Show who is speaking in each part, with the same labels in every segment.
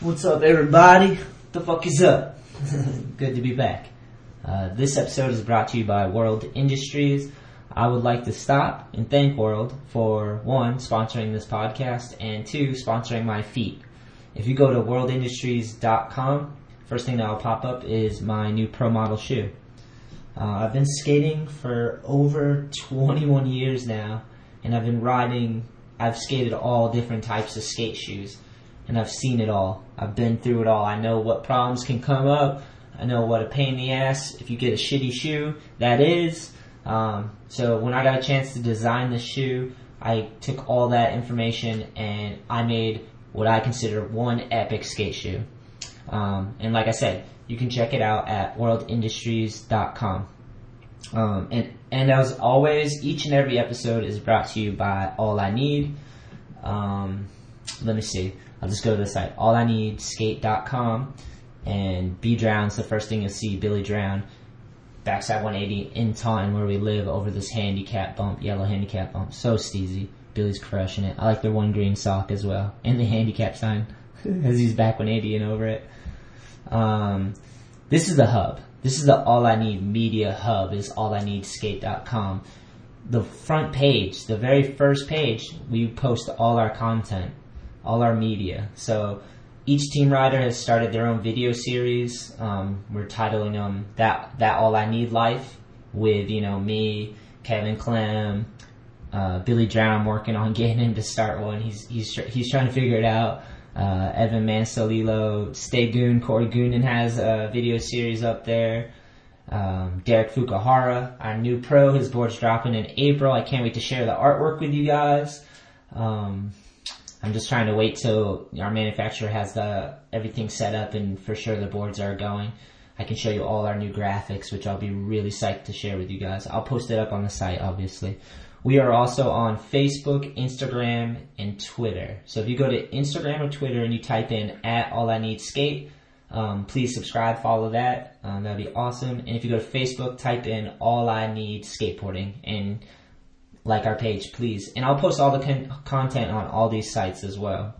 Speaker 1: What's up, everybody? The fuck is up? Good to be back. Uh, this episode is brought to you by World Industries. I would like to stop and thank World for one, sponsoring this podcast, and two, sponsoring my feet. If you go to worldindustries.com, first thing that will pop up is my new pro model shoe. Uh, I've been skating for over 21 years now, and I've been riding. I've skated all different types of skate shoes, and I've seen it all. I've been through it all. I know what problems can come up. I know what a pain in the ass if you get a shitty shoe that is. Um, so when I got a chance to design this shoe, I took all that information and I made what I consider one epic skate shoe. Um, and like I said, you can check it out at worldindustries.com. Um, and, and as always, each and every episode is brought to you by All I Need. Um, let me see. I'll just go to the site, allineedskate.com, and B Drown's the first thing you'll see, Billy Drown, backside 180 in Taunton where we live over this handicap bump, yellow handicap bump. So steezy. Billy's crushing it. I like the one green sock as well, and the handicap sign, as he's back 180 and over it. Um, this is the hub. This is the all I need media hub is all I need skate.com. The front page, the very first page, we post all our content, all our media. So each team rider has started their own video series. Um, we're titling them that that all I need life with you know me, Kevin Clem, uh, Billy Drown working on getting him to start one. He's he's tr- he's trying to figure it out. Uh, Evan Mansalilo, Stay Goon, Corey Goonan has a video series up there. Um, Derek Fukuhara, our new pro, his board's dropping in April. I can't wait to share the artwork with you guys. Um, I'm just trying to wait till our manufacturer has the everything set up and for sure the boards are going. I can show you all our new graphics, which I'll be really psyched to share with you guys. I'll post it up on the site, obviously. We are also on Facebook, Instagram, and Twitter. So if you go to Instagram or Twitter and you type in at all I need skate, um, please subscribe, follow that. Um, that'd be awesome. And if you go to Facebook, type in all I need skateboarding and like our page, please. And I'll post all the con- content on all these sites as well.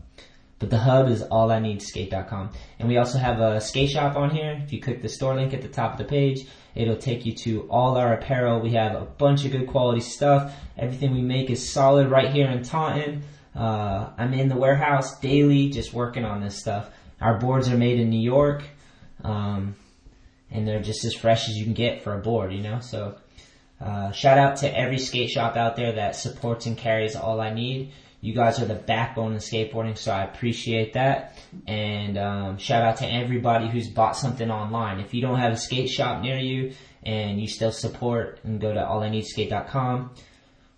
Speaker 1: But the hub is allineedskate.com. And we also have a skate shop on here. If you click the store link at the top of the page, it'll take you to all our apparel. We have a bunch of good quality stuff. Everything we make is solid right here in Taunton. Uh, I'm in the warehouse daily just working on this stuff. Our boards are made in New York. Um, and they're just as fresh as you can get for a board, you know? So uh, shout out to every skate shop out there that supports and carries all I need. You guys are the backbone of skateboarding, so I appreciate that. And um, shout out to everybody who's bought something online. If you don't have a skate shop near you and you still support and go to allineedskate.com,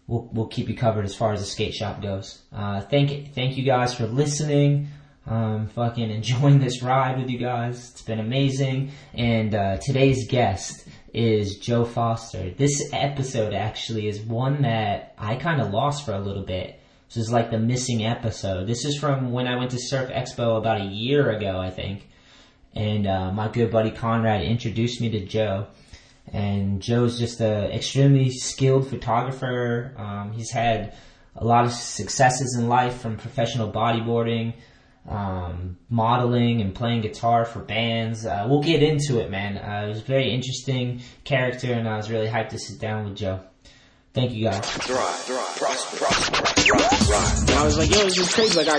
Speaker 1: we'll, we'll keep you covered as far as the skate shop goes. Uh, thank thank you guys for listening. Um, fucking enjoying this ride with you guys. It's been amazing. And uh, today's guest is Joe Foster. This episode actually is one that I kind of lost for a little bit. This is like the missing episode. This is from when I went to Surf Expo about a year ago, I think. And uh, my good buddy Conrad introduced me to Joe and Joe's just a extremely skilled photographer. Um, he's had a lot of successes in life from professional bodyboarding, um, modeling, and playing guitar for bands. Uh, we'll get into it, man. Uh, it was a very interesting character, and I was really hyped to sit down with Joe. Thank you guys.
Speaker 2: Thrive, thrive, prosper, prosper, thrive, thrive.
Speaker 3: And I was like, yo, this is crazy. Like, I, I, I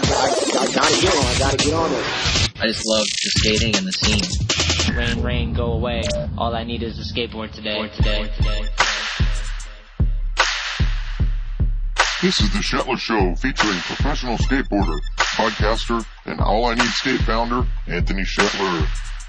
Speaker 3: gotta get on. I gotta get on it.
Speaker 4: I just love the skating and the scene.
Speaker 5: Rain, rain, go away. All I need is a skateboard today. today.
Speaker 6: This is the Shetler Show featuring professional skateboarder, podcaster, and All I Need Skate founder, Anthony Shetler.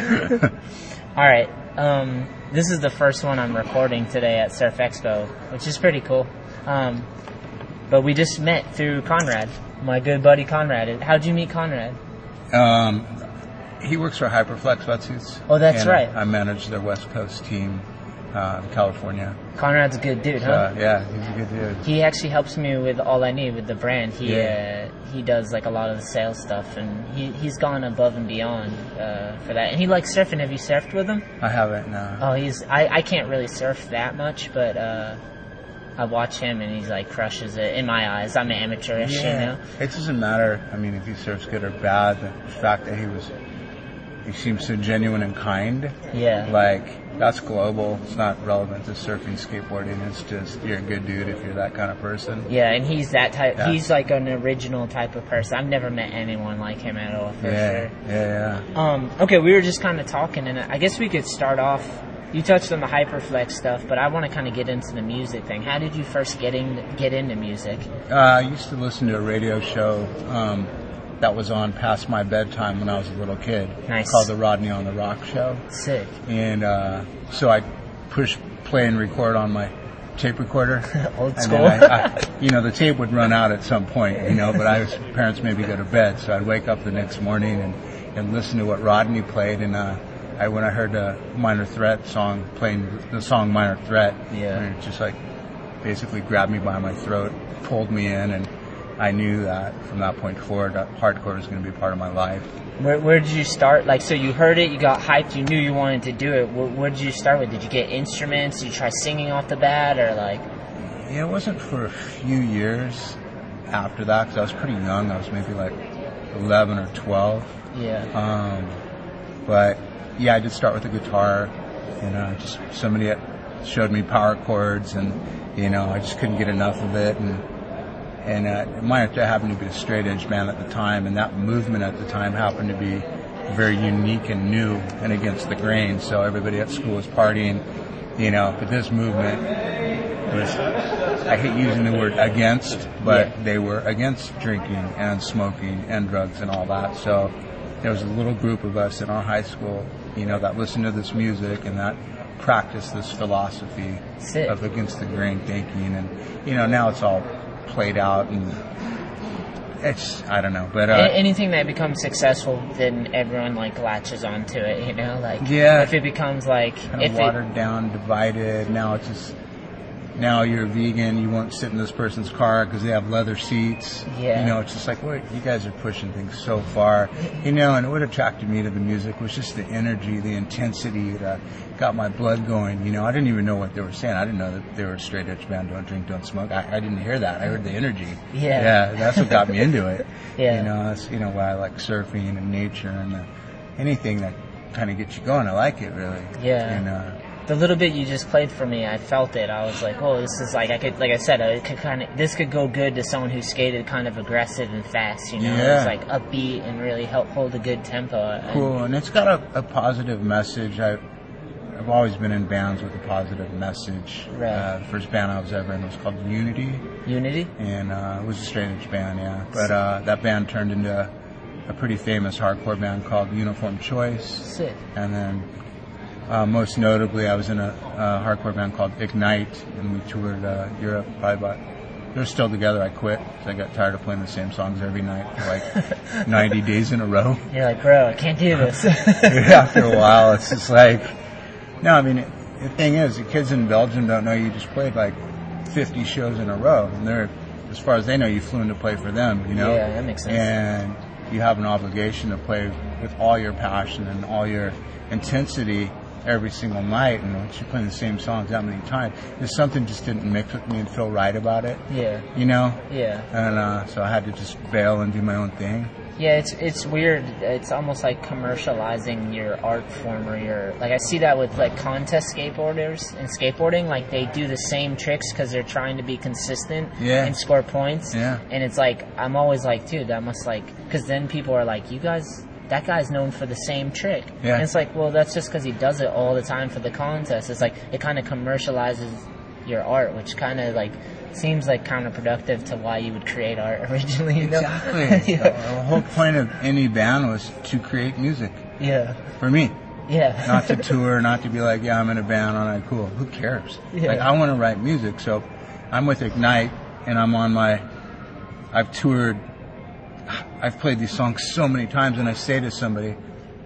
Speaker 7: All right. Um, this is the first one I'm recording today at Surf Expo, which is pretty cool. Um, but we just met through Conrad, my good buddy Conrad. How'd you meet Conrad?
Speaker 8: Um, he works for Hyperflex Wetsuits.
Speaker 7: Oh, that's
Speaker 8: and
Speaker 7: right.
Speaker 8: I, I manage their West Coast team uh, in California.
Speaker 7: Conrad's a good dude,
Speaker 8: So,
Speaker 7: huh?
Speaker 8: yeah, he's a good dude.
Speaker 7: He actually helps me with all I need with the brand. He
Speaker 8: Yeah.
Speaker 7: uh, he does like a lot of the sales stuff, and he he's gone above and beyond uh, for that. And he likes surfing. Have you surfed with him?
Speaker 8: I haven't, no.
Speaker 7: Oh, he's I, I can't really surf that much, but uh, I watch him and he's like crushes it in my eyes. I'm amateurish, you know.
Speaker 8: It doesn't matter, I mean, if he surfs good or bad, the fact that he was, he seems so genuine and kind.
Speaker 7: Yeah.
Speaker 8: Like, that's global. It's not relevant to surfing, skateboarding. It's just, you're a good dude if you're that kind of person.
Speaker 7: Yeah, and he's that type.
Speaker 8: Yeah.
Speaker 7: He's like an original type of person. I've never met anyone like him at all, for
Speaker 8: Yeah,
Speaker 7: sure.
Speaker 8: yeah, yeah.
Speaker 7: Um, okay, we were just kind of talking, and I guess we could start off. You touched on the hyperflex stuff, but I want to kind of get into the music thing. How did you first get in, get into music?
Speaker 8: Uh, I used to listen to a radio show um, that was on past my bedtime when I was a little kid.
Speaker 7: Nice.
Speaker 8: Called the Rodney on the Rock Show.
Speaker 7: Sick.
Speaker 8: And uh, so I pushed play and record on my tape recorder.
Speaker 7: Old
Speaker 8: And
Speaker 7: school.
Speaker 8: then I, I, you know, the tape would run out at some point, you know, but I was, parents made me go to bed, so I'd wake up the next morning and, and listen to what Rodney played. And uh, I when I heard the Minor Threat song, playing the song Minor Threat,
Speaker 7: Yeah.
Speaker 8: and it just like basically grabbed me by my throat, pulled me in, and I knew that from that point forward, that hardcore was going to be part of my life.
Speaker 7: Where, where did you start? Like, so you heard it, you got hyped, you knew you wanted to do it. Where, where did you start with? Did you get instruments? Did you try singing off the bat, or like?
Speaker 8: Yeah, it wasn't for a few years after that because I was pretty young. I was maybe like 11 or 12.
Speaker 7: Yeah.
Speaker 8: Um, but yeah, I did start with the guitar. You know, just somebody had- showed me power chords, and you know, I just couldn't get enough of it. And and uh, my I happened to be a straight edge man at the time, and that movement at the time happened to be very unique and new and against the grain. So everybody at school was partying, you know, but this movement was. I hate using the word against, but they were against drinking and smoking and drugs and all that. So there was a little group of us in our high school, you know, that listened to this music and that practiced this philosophy
Speaker 7: Sick.
Speaker 8: of against the grain thinking. And, you know, now it's all played out and it's, I don't know, but, uh,
Speaker 7: A- anything that becomes successful, then everyone like latches onto it, you know? Like,
Speaker 8: Yeah.
Speaker 7: If it becomes like,
Speaker 8: kind
Speaker 7: if
Speaker 8: of
Speaker 7: it-
Speaker 8: watered down, divided. Now it's just now you're a vegan. You won't sit in this person's car because they have leather seats.
Speaker 7: Yeah.
Speaker 8: You know, it's just like what you guys are pushing things so far. You know, and what attracted me to the music was just the energy, the intensity that got my blood going. You know, I didn't even know what they were saying. I didn't know that they were a straight edge band. Don't drink, don't smoke. I, I didn't hear that. I heard the energy.
Speaker 7: Yeah.
Speaker 8: Yeah, that's what got me into it.
Speaker 7: Yeah.
Speaker 8: You know, that's you know why I like surfing and nature and uh, anything that kind of gets you going. I like it really.
Speaker 7: Yeah.
Speaker 8: And uh,
Speaker 7: the little bit you just played for me, I felt it. I was like, oh, this is like I could, like I said, I could kind of this could go good to someone who skated kind of aggressive and fast. You know,
Speaker 8: Yeah.
Speaker 7: it's like upbeat and really help hold a good tempo. And-
Speaker 8: cool, and it's got a, a positive message. I, I've always been in bands with a positive message.
Speaker 7: Right.
Speaker 8: Uh, first band I was ever in was called Unity,
Speaker 7: Unity.
Speaker 8: and uh, it was a straight edge band, yeah. But uh, that band turned into a pretty famous hardcore band called Uniform Choice.
Speaker 7: Sick.
Speaker 8: And then, uh, most notably, I was in a, a hardcore band called Ignite, and we toured uh, Europe probably about. They're still together. I quit 'cause I got tired of playing the same songs every night for like 90 days in a row.
Speaker 7: You're like, bro, I can't do this.
Speaker 8: after a while, it's just like, no, I mean, the thing is, the kids in Belgium don't know you just played like 50 shows in a row. And they're, as far as they know, you flew in to play for them, you know?
Speaker 7: Yeah, that makes sense.
Speaker 8: And you have an obligation to play with all your passion and all your intensity every single night. And once you're playing the same songs that many times, there's something just didn't mix with me and feel right about it,
Speaker 7: yeah.
Speaker 8: you know?
Speaker 7: Yeah.
Speaker 8: And uh, so I had to just bail and do my own thing.
Speaker 7: Yeah, it's it's weird. It's almost like commercializing your art form or your like. I see that with like contest skateboarders and skateboarding. Like they do the same tricks because they're trying to be consistent
Speaker 8: Yeah.
Speaker 7: and score points.
Speaker 8: Yeah.
Speaker 7: And it's like I'm always like, dude, that must like because then people are like, you guys, that guy's known for the same trick.
Speaker 8: Yeah.
Speaker 7: And it's like, well, that's just because he does it all the time for the contest. It's like it kind of commercializes your art, which kind of like seems like counterproductive to why you would create art originally. You know?
Speaker 8: Exactly.
Speaker 7: yeah.
Speaker 8: the, the whole point of any band was to create music.
Speaker 7: Yeah.
Speaker 8: For me.
Speaker 7: Yeah.
Speaker 8: not to tour, not to be like, yeah, I'm in a band, all right, cool. Who cares?
Speaker 7: Yeah.
Speaker 8: Like, I want to write music, so I'm with Ignite, and I'm on my, I've toured, I've played these songs so many times, and I say to somebody,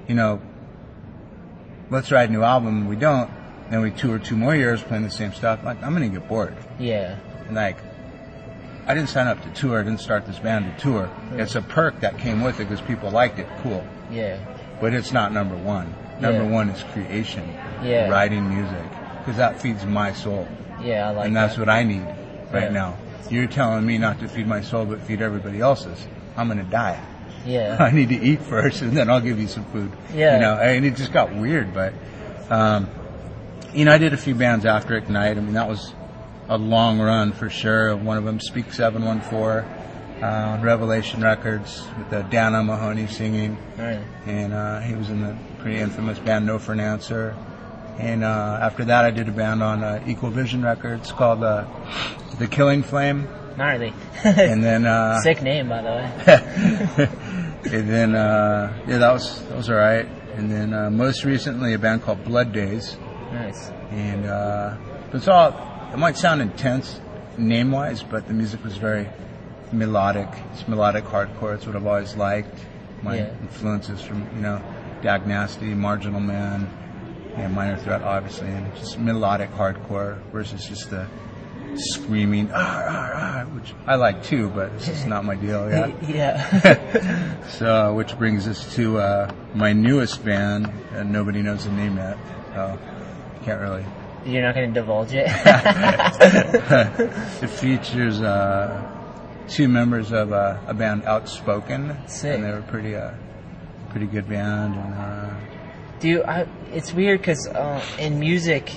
Speaker 8: you know, let's write a new album, and we don't, then we tour two more years playing the same stuff, like, I'm gonna get bored.
Speaker 7: Yeah.
Speaker 8: And like, I didn't sign up to tour, I didn't start this band to tour. It's a perk that came with it because people liked it, cool
Speaker 7: Yeah.
Speaker 8: but it's not number one. Number
Speaker 7: Yeah.
Speaker 8: one is creation,
Speaker 7: Yeah.
Speaker 8: writing music, because that feeds my soul,
Speaker 7: Yeah. I like
Speaker 8: and that's
Speaker 7: that.
Speaker 8: what I need right
Speaker 7: Yeah.
Speaker 8: now. You're telling me not to feed my soul, but feed everybody else's. I'm gonna die.
Speaker 7: Yeah.
Speaker 8: I need to eat first, and then I'll give you some food.
Speaker 7: Yeah.
Speaker 8: you know, and it just got weird, but, um, you know, I did a few bands after Ignite. I mean, that was a long run for sure. One of them, Speak Seven One Four, uh, on Revelation Records with uh, Dan O'Mahony singing
Speaker 7: Alright.
Speaker 8: and uh, he was in the pretty infamous band No for an Answer. And uh, after that, I did a band on uh, Equal Vision Records called uh, The Killing Flame,
Speaker 7: Gnarly.
Speaker 8: and then uh,
Speaker 7: Sick name, by the way.
Speaker 8: and then uh, yeah, that was that was all right. And then uh, most recently, a band called Blood Days,
Speaker 7: Nice.
Speaker 8: and uh, it's all it might sound intense name wise, but the music was very melodic. It's melodic hardcore. It's what I've always liked. My
Speaker 7: Yeah.
Speaker 8: influences from you know Dag Nasty, Marginal Man, and Minor Threat, obviously, and just melodic hardcore versus just the screaming "Ah, ah, ah," which I like too, but it's just not my deal. Yeah.
Speaker 7: yeah.
Speaker 8: So, which brings us to uh, my newest band, and nobody knows the name yet. So, can't really
Speaker 7: You're not gonna divulge it.
Speaker 8: it features uh, two members of uh, a band, Outspoken,
Speaker 7: Sick.
Speaker 8: and they were pretty, uh, pretty good band. And uh,
Speaker 7: Do you, I, it's weird because uh, in music,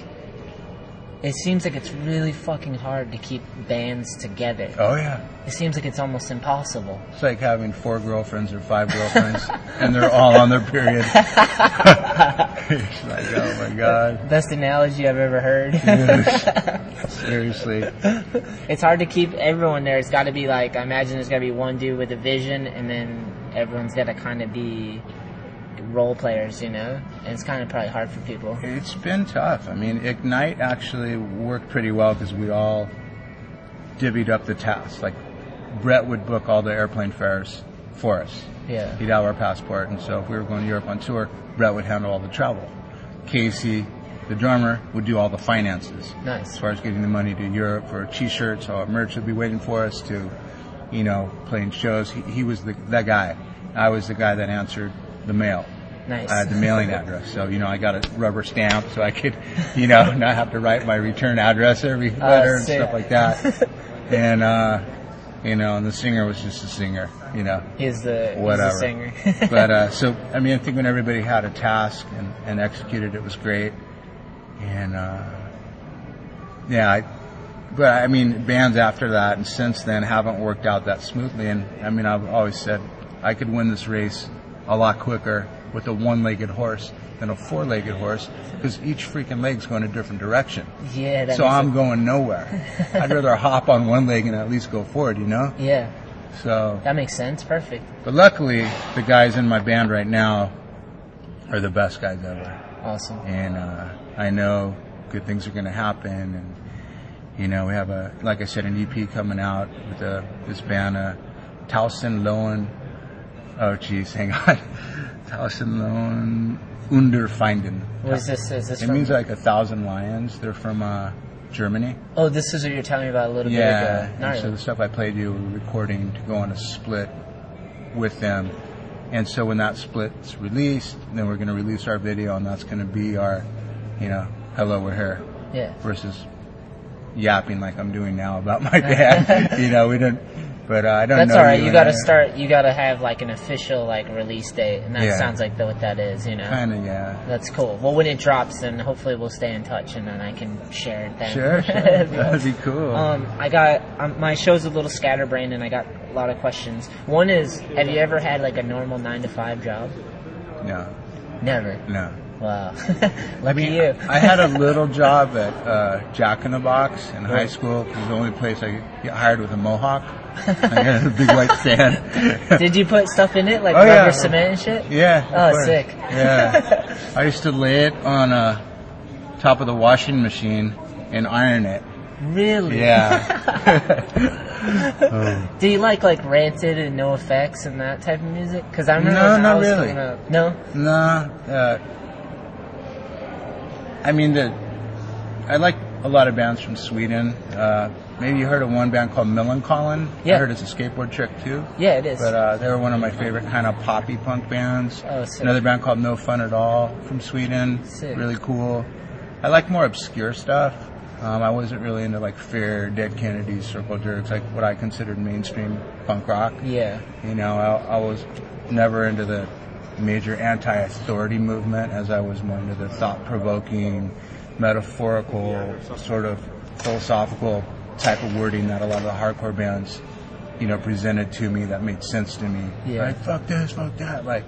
Speaker 7: it seems like it's really fucking hard to keep bands together.
Speaker 8: oh yeah,
Speaker 7: It seems like it's almost impossible.
Speaker 8: it's like having four girlfriends or five girlfriends, and they're all on their period. it's like, oh my god,
Speaker 7: Best analogy I've ever heard.
Speaker 8: seriously.
Speaker 7: it's hard to keep everyone there. It's got to be like I imagine there's got to be one dude with a vision, and then everyone's got to kind of be role players, you know. And it's kind of probably hard for people.
Speaker 8: It's been tough. I mean, Ignite actually worked pretty well because we all divvied up the tasks. Like, Brett would book all the airplane fares for us.
Speaker 7: Yeah.
Speaker 8: He'd have our passport, and so if we were going to Europe on tour, Brett would handle all the travel. Casey, the drummer, would do all the finances. As
Speaker 7: Nice.
Speaker 8: far as getting the money to Europe for t-shirts or merch would be waiting for us to, you know, playing shows. He, he was the, that guy. I was the guy that answered the mail.
Speaker 7: Nice.
Speaker 8: I had uh, the mailing address, so you know I got a rubber stamp so I could, you know, not have to write my return address every
Speaker 7: Uh,
Speaker 8: letter and
Speaker 7: sick.
Speaker 8: stuff like that. and uh, you know, and the singer was just a singer, you know.
Speaker 7: He's the, he's
Speaker 8: Whatever.
Speaker 7: the singer.
Speaker 8: but uh, so I mean, I think when everybody had a task and, and executed, it was great. And uh, yeah, I, but I mean, bands after that and since then haven't worked out that smoothly. And I mean, I've always said I could win this race a lot quicker with a one-legged horse than a four-legged horse because each freaking leg's going a different direction.
Speaker 7: yeah. That
Speaker 8: so
Speaker 7: makes
Speaker 8: I'm
Speaker 7: it-
Speaker 8: going nowhere. I'd rather hop on one leg and at least go forward, you know?
Speaker 7: Yeah,
Speaker 8: So
Speaker 7: that makes sense. Perfect.
Speaker 8: but luckily, the guys in my band right now are the best guys ever.
Speaker 7: Awesome.
Speaker 8: And uh, I know good things are going to happen. And, you know, we have a, like I said, an EP coming out with uh this band, uh, Towson Lowen. Oh, geez, hang on. Towson Lowen Unterfeinden.
Speaker 7: What is this? Is this
Speaker 8: It
Speaker 7: from?
Speaker 8: means like a thousand lions. They're from uh, Germany.
Speaker 7: oh, this is what you're telling me about a little
Speaker 8: Yeah,
Speaker 7: bit ago.
Speaker 8: and so the
Speaker 7: Gnarly.
Speaker 8: stuff I played you, we were recording to go on a split with them. And so when that split's released, then we're going to release our video, and that's going to be our, you know, hello, we're here,
Speaker 7: Yeah.
Speaker 8: versus yapping like I'm doing now about my band. you know, we don't, but uh, I don't
Speaker 7: That's
Speaker 8: know.
Speaker 7: all right. You
Speaker 8: and
Speaker 7: got
Speaker 8: I-
Speaker 7: to start. You got to have like an official like release date, and that
Speaker 8: Yeah.
Speaker 7: sounds like the, what that is. You know.
Speaker 8: Kinda, yeah.
Speaker 7: That's cool. Well, when it drops, then hopefully we'll stay in touch, and then I can share it then.
Speaker 8: Sure, sure. That'd be cool.
Speaker 7: Um, I got um, my show's a little scatterbrained, and I got a lot of questions. One is, have you ever had like a normal nine to five job?
Speaker 8: No,
Speaker 7: Never.
Speaker 8: no.
Speaker 7: Wow.
Speaker 8: I mean,
Speaker 7: you.
Speaker 8: I had a little job at uh, Jack in the Box in high school. 'cause It was the only place I could get hired with a mohawk. I had a big white sand.
Speaker 7: Did you put stuff in it like
Speaker 8: Oh,
Speaker 7: rubber
Speaker 8: yeah.
Speaker 7: cement and shit?
Speaker 8: Yeah. of
Speaker 7: Oh,
Speaker 8: course.
Speaker 7: sick.
Speaker 8: Yeah. I used to lay it on uh, top of the washing machine and iron it.
Speaker 7: Really?
Speaker 8: Yeah. Oh.
Speaker 7: Do you like like ranted and no effects and that type of music? Because I remember
Speaker 8: No,
Speaker 7: when I
Speaker 8: not
Speaker 7: was
Speaker 8: really.
Speaker 7: coming up- No.
Speaker 8: Nah. Uh, I mean, the I like a lot of bands from Sweden. Uh, maybe you heard of one band called Millencolin.
Speaker 7: Yeah.
Speaker 8: I heard it's a skateboard trick too.
Speaker 7: Yeah, it is.
Speaker 8: But uh, they were one of my favorite kind of poppy punk bands.
Speaker 7: Oh, sick.
Speaker 8: Another band called No Fun at All from Sweden.
Speaker 7: Sick.
Speaker 8: Really cool. I like more obscure stuff. Um, I wasn't really into like Fear, Dead Kennedys, Circle Jerks, like what I considered mainstream punk rock.
Speaker 7: Yeah.
Speaker 8: You know, I, I was never into the major anti-authority movement as I was more into the thought-provoking, metaphorical, sort of philosophical type of wording that a lot of the hardcore bands, you know, presented to me that made sense to me.
Speaker 7: Yeah.
Speaker 8: Like, fuck this, fuck that. Like,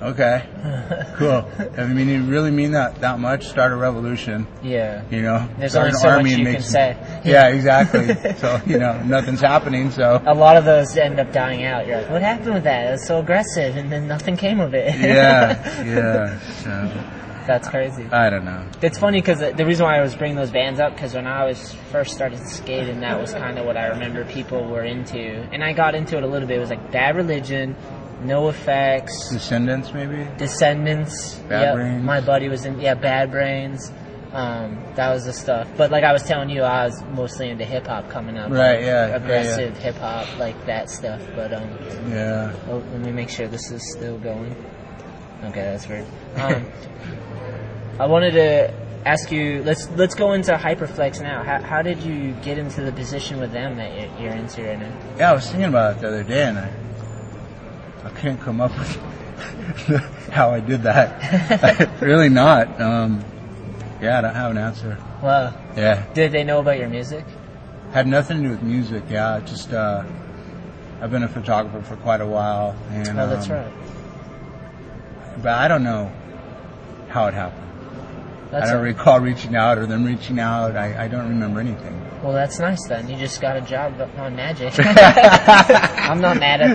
Speaker 8: okay, cool. I mean, you really mean that that much? Start a revolution.
Speaker 7: Yeah.
Speaker 8: You know,
Speaker 7: There's
Speaker 8: start
Speaker 7: only
Speaker 8: an
Speaker 7: so much
Speaker 8: army and
Speaker 7: you
Speaker 8: make
Speaker 7: can
Speaker 8: some-
Speaker 7: say.
Speaker 8: Yeah, exactly. so you know, nothing's happening. So
Speaker 7: A lot of those end up dying out. You're like, what happened with that? It was so aggressive, and then nothing came of it.
Speaker 8: yeah, yeah. So.
Speaker 7: That's crazy.
Speaker 8: I don't know.
Speaker 7: It's funny because the reason why I was bringing those bands up because when I was first started skating, that was kind of what I remember people were into, and I got into it a little bit. It was like Bad Religion, No Effects,
Speaker 8: Descendants, maybe.
Speaker 7: Descendants.
Speaker 8: Bad
Speaker 7: Yep.
Speaker 8: Brains.
Speaker 7: My buddy was in yeah Bad Brains. Um, that was the stuff. But like I was telling you, I was mostly into hip hop coming up.
Speaker 8: Right,
Speaker 7: like,
Speaker 8: yeah, yeah,
Speaker 7: Aggressive hip hop, like that stuff. But um.
Speaker 8: Yeah.
Speaker 7: Oh, let me make sure this is still going. Okay, that's weird. Um, I wanted to ask you. Let's let's go into Hyperflex now. How, how did you get into the position with them that you're, you're into right now?
Speaker 8: Yeah, I was thinking about it the other day, and I, I couldn't come up with how I did that. really not. Um, yeah, I don't have an answer.
Speaker 7: Well,
Speaker 8: Yeah.
Speaker 7: did they know about your music?
Speaker 8: Had nothing to do with music. Yeah, it just uh, I've been a photographer for quite a while, and
Speaker 7: oh, that's
Speaker 8: um,
Speaker 7: right.
Speaker 8: But I don't know how it happened.
Speaker 7: That's
Speaker 8: I don't
Speaker 7: a-
Speaker 8: recall reaching out or them reaching out. I, I don't remember anything.
Speaker 7: Well, that's nice then. You just got a job on Magic. I'm not mad at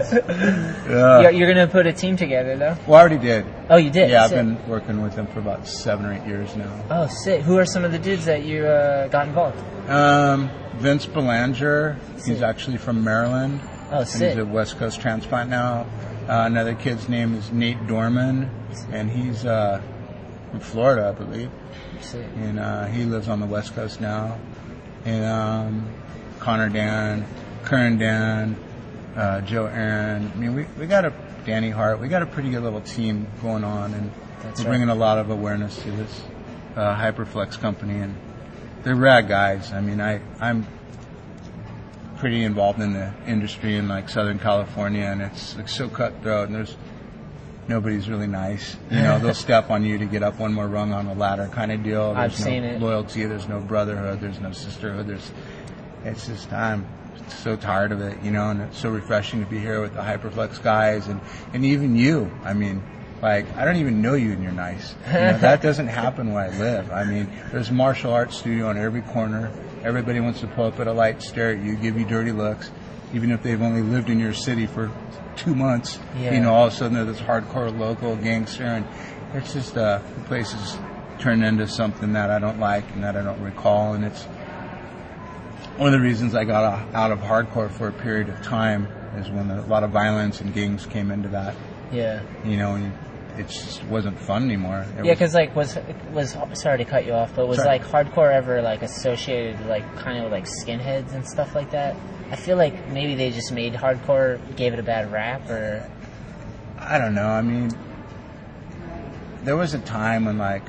Speaker 8: yeah, yeah, yeah. No, yeah.
Speaker 7: You're, you're gonna put a team together though.
Speaker 8: Well, I already did.
Speaker 7: Oh, you did?
Speaker 8: Yeah, I've
Speaker 7: Sick.
Speaker 8: been working with them for about seven or eight years now.
Speaker 7: Oh, sick. Who are some of the dudes that you uh, got involved?
Speaker 8: Um, Vince Belanger,
Speaker 7: Sick.
Speaker 8: he's actually from Maryland.
Speaker 7: Oh,
Speaker 8: and
Speaker 7: sick.
Speaker 8: He's a West Coast transplant now. Uh, another kid's name is Nate Dorman, and he's uh, from Florida, I believe.
Speaker 7: Sick.
Speaker 8: And uh, he lives on the West Coast now. And um, Connor Dan, Kern Dan, uh, Joe Aaron. I mean, we, we got a Danny Hart. We got a pretty good little team going on, and
Speaker 7: That's
Speaker 8: we're
Speaker 7: right.
Speaker 8: bringing a lot of awareness to this uh, Hyperflex company. And they're rad guys. I mean, I I'm pretty involved in the industry in like Southern California, and it's like so cutthroat, and there's nobody's really nice. You know, they'll step on you to get up one more rung on the ladder, kind of deal.
Speaker 7: I've
Speaker 8: There's no
Speaker 7: seen it.
Speaker 8: Loyalty. There's no brotherhood. There's no sisterhood. There's it's just I'm so tired of it, you know, and it's so refreshing to be here with the Hyperflex guys and and even you. I mean. Like I don't even know you, and you're nice. You know, that doesn't happen where I live. I mean, there's a martial arts studio on every corner. Everybody wants to pull up at a light, stare at you, give you dirty looks, even if they've only lived in your city for two months.
Speaker 7: Yeah.
Speaker 8: You know, all of a sudden they're this hardcore local gangster, and it's just uh, the place has turned into something that I don't like and that I don't recall, and it's one of the reasons I got uh, out of hardcore for a period of time is when a lot of violence and gangs came into that.
Speaker 7: Yeah.
Speaker 8: You know, and it just wasn't fun anymore. It was-
Speaker 7: Yeah, because like was was sorry to cut you off, but was
Speaker 8: Sorry.
Speaker 7: like hardcore ever like associated like kind of like skinheads and stuff like that? I feel like maybe they just made hardcore gave it a bad rap, or
Speaker 8: I don't know. I mean, there was a time when like,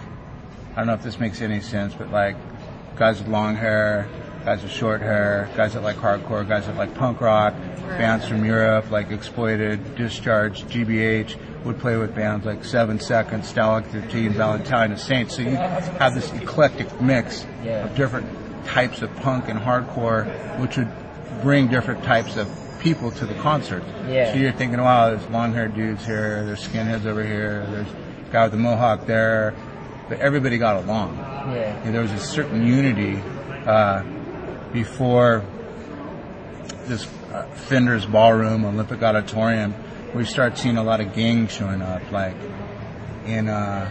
Speaker 8: I don't know if this makes any sense, but like, guys with long hair, guys with short hair, guys that like hardcore, guys that like punk rock, bands from Europe like Exploited, Discharge, GBH would play with bands like Seven Seconds, Stalag 13, Valentine, and Saints. So you have this eclectic mix
Speaker 7: Yeah.
Speaker 8: of different types of punk and hardcore, which would bring different types of people to the concert.
Speaker 7: Yeah.
Speaker 8: So you're thinking, wow, there's long haired dudes here, there's skinheads over here, there's guy with the mohawk there, but everybody got along.
Speaker 7: Yeah.
Speaker 8: And there was a certain unity uh, before this uh, Fender's Ballroom, Olympic Auditorium. We start seeing a lot of gangs showing up, like in uh,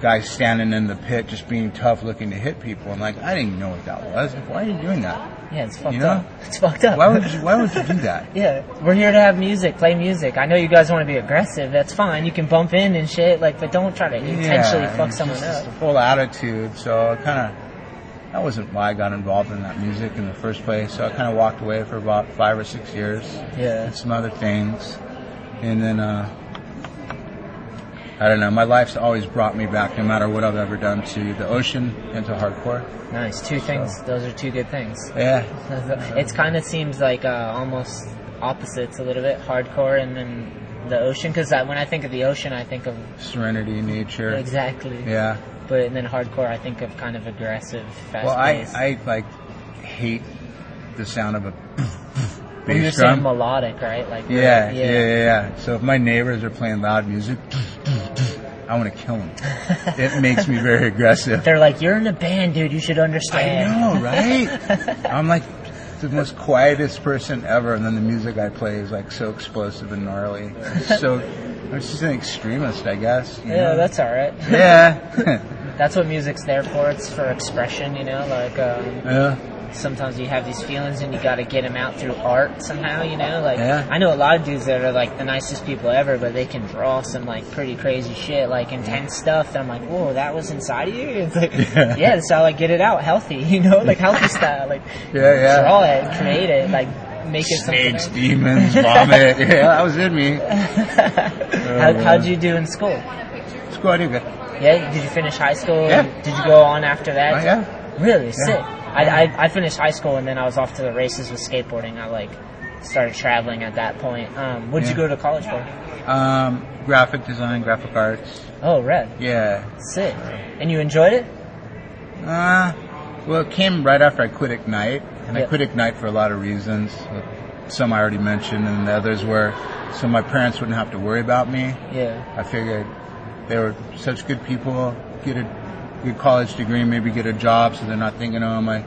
Speaker 8: guys standing in the pit, just being tough, looking to hit people. And like, I didn't know what that was. Like, why are you doing that?
Speaker 7: Yeah, it's fucked
Speaker 8: You know?
Speaker 7: up. It's fucked up.
Speaker 8: Why would you, why would you do that?
Speaker 7: Yeah, we're here to have music, play music. I know you guys want to be aggressive. That's fine. You can bump in and shit, like, but don't try to intentionally
Speaker 8: and
Speaker 7: fuck
Speaker 8: it's
Speaker 7: someone
Speaker 8: just
Speaker 7: up.
Speaker 8: a full attitude. So I kind of that wasn't why I got involved in that music in the first place. So I kind of walked away for about five or six years.
Speaker 7: Yeah.
Speaker 8: And some other things, and then uh, I don't know. My life's always brought me back, no matter what I've ever done, to the ocean and to hardcore.
Speaker 7: Nice. Two things. Those are two good things.
Speaker 8: Yeah.
Speaker 7: It kind of seems like uh, almost opposites a little bit, hardcore and then the ocean. Because when I think of the ocean, I think of
Speaker 8: Serenity, nature.
Speaker 7: exactly.
Speaker 8: Yeah.
Speaker 7: But and then hardcore, I think of kind of aggressive, fast
Speaker 8: Well, I,
Speaker 7: paced.
Speaker 8: I like hate the sound of a
Speaker 7: Well, you're
Speaker 8: bass
Speaker 7: saying
Speaker 8: drum.
Speaker 7: melodic, right? Like
Speaker 8: Yeah, yeah,
Speaker 7: yeah.
Speaker 8: yeah, yeah. So if my neighbors are playing loud music, I want to kill them. it makes me very aggressive.
Speaker 7: They're like, you're in a band, dude. You should understand.
Speaker 8: I know, right? I'm like the most quietest person ever, and then the music I play is like so explosive and gnarly. So I'm just an extremist, I guess. you
Speaker 7: Yeah,
Speaker 8: know?
Speaker 7: that's all right.
Speaker 8: yeah.
Speaker 7: that's what music's there for. It's for expression, you know. Like um,
Speaker 8: Yeah.
Speaker 7: sometimes you have these feelings and you got to get them out through art somehow, you know. Like
Speaker 8: Yeah.
Speaker 7: I know a lot of dudes that are like the nicest people ever, but they can draw some like pretty crazy shit, like intense stuff. That I'm like, whoa, that was inside of you. It's like, yeah, that's how I get it out, healthy, you know, like healthy style, like
Speaker 8: Yeah, yeah.
Speaker 7: draw it, create it, like make it
Speaker 8: Snakes,
Speaker 7: something.
Speaker 8: demons, vomit. Yeah, that was in me. Oh,
Speaker 7: How, how'd you do in school?
Speaker 8: School, I did good.
Speaker 7: Yeah, did you finish high school?
Speaker 8: Yeah.
Speaker 7: Did you go on after that?
Speaker 8: Oh, yeah.
Speaker 7: Really
Speaker 8: Yeah.
Speaker 7: sick. I, I I finished high school and then I was off to the races with skateboarding. I like started traveling at that point. Um, what'd you
Speaker 8: Yeah.
Speaker 7: go to college for?
Speaker 8: Um, graphic design, graphic arts.
Speaker 7: Oh, red.
Speaker 8: Yeah.
Speaker 7: Sick. And you enjoyed it?
Speaker 8: Uh, well, it came right after I quit Ignite, and
Speaker 7: Yeah.
Speaker 8: I quit Ignite for a lot of reasons. uh, Some I already mentioned, and the others were so my parents wouldn't have to worry about me.
Speaker 7: Yeah.
Speaker 8: I figured they were such good people, get a good college degree, maybe get a job, so they're not thinking, oh my,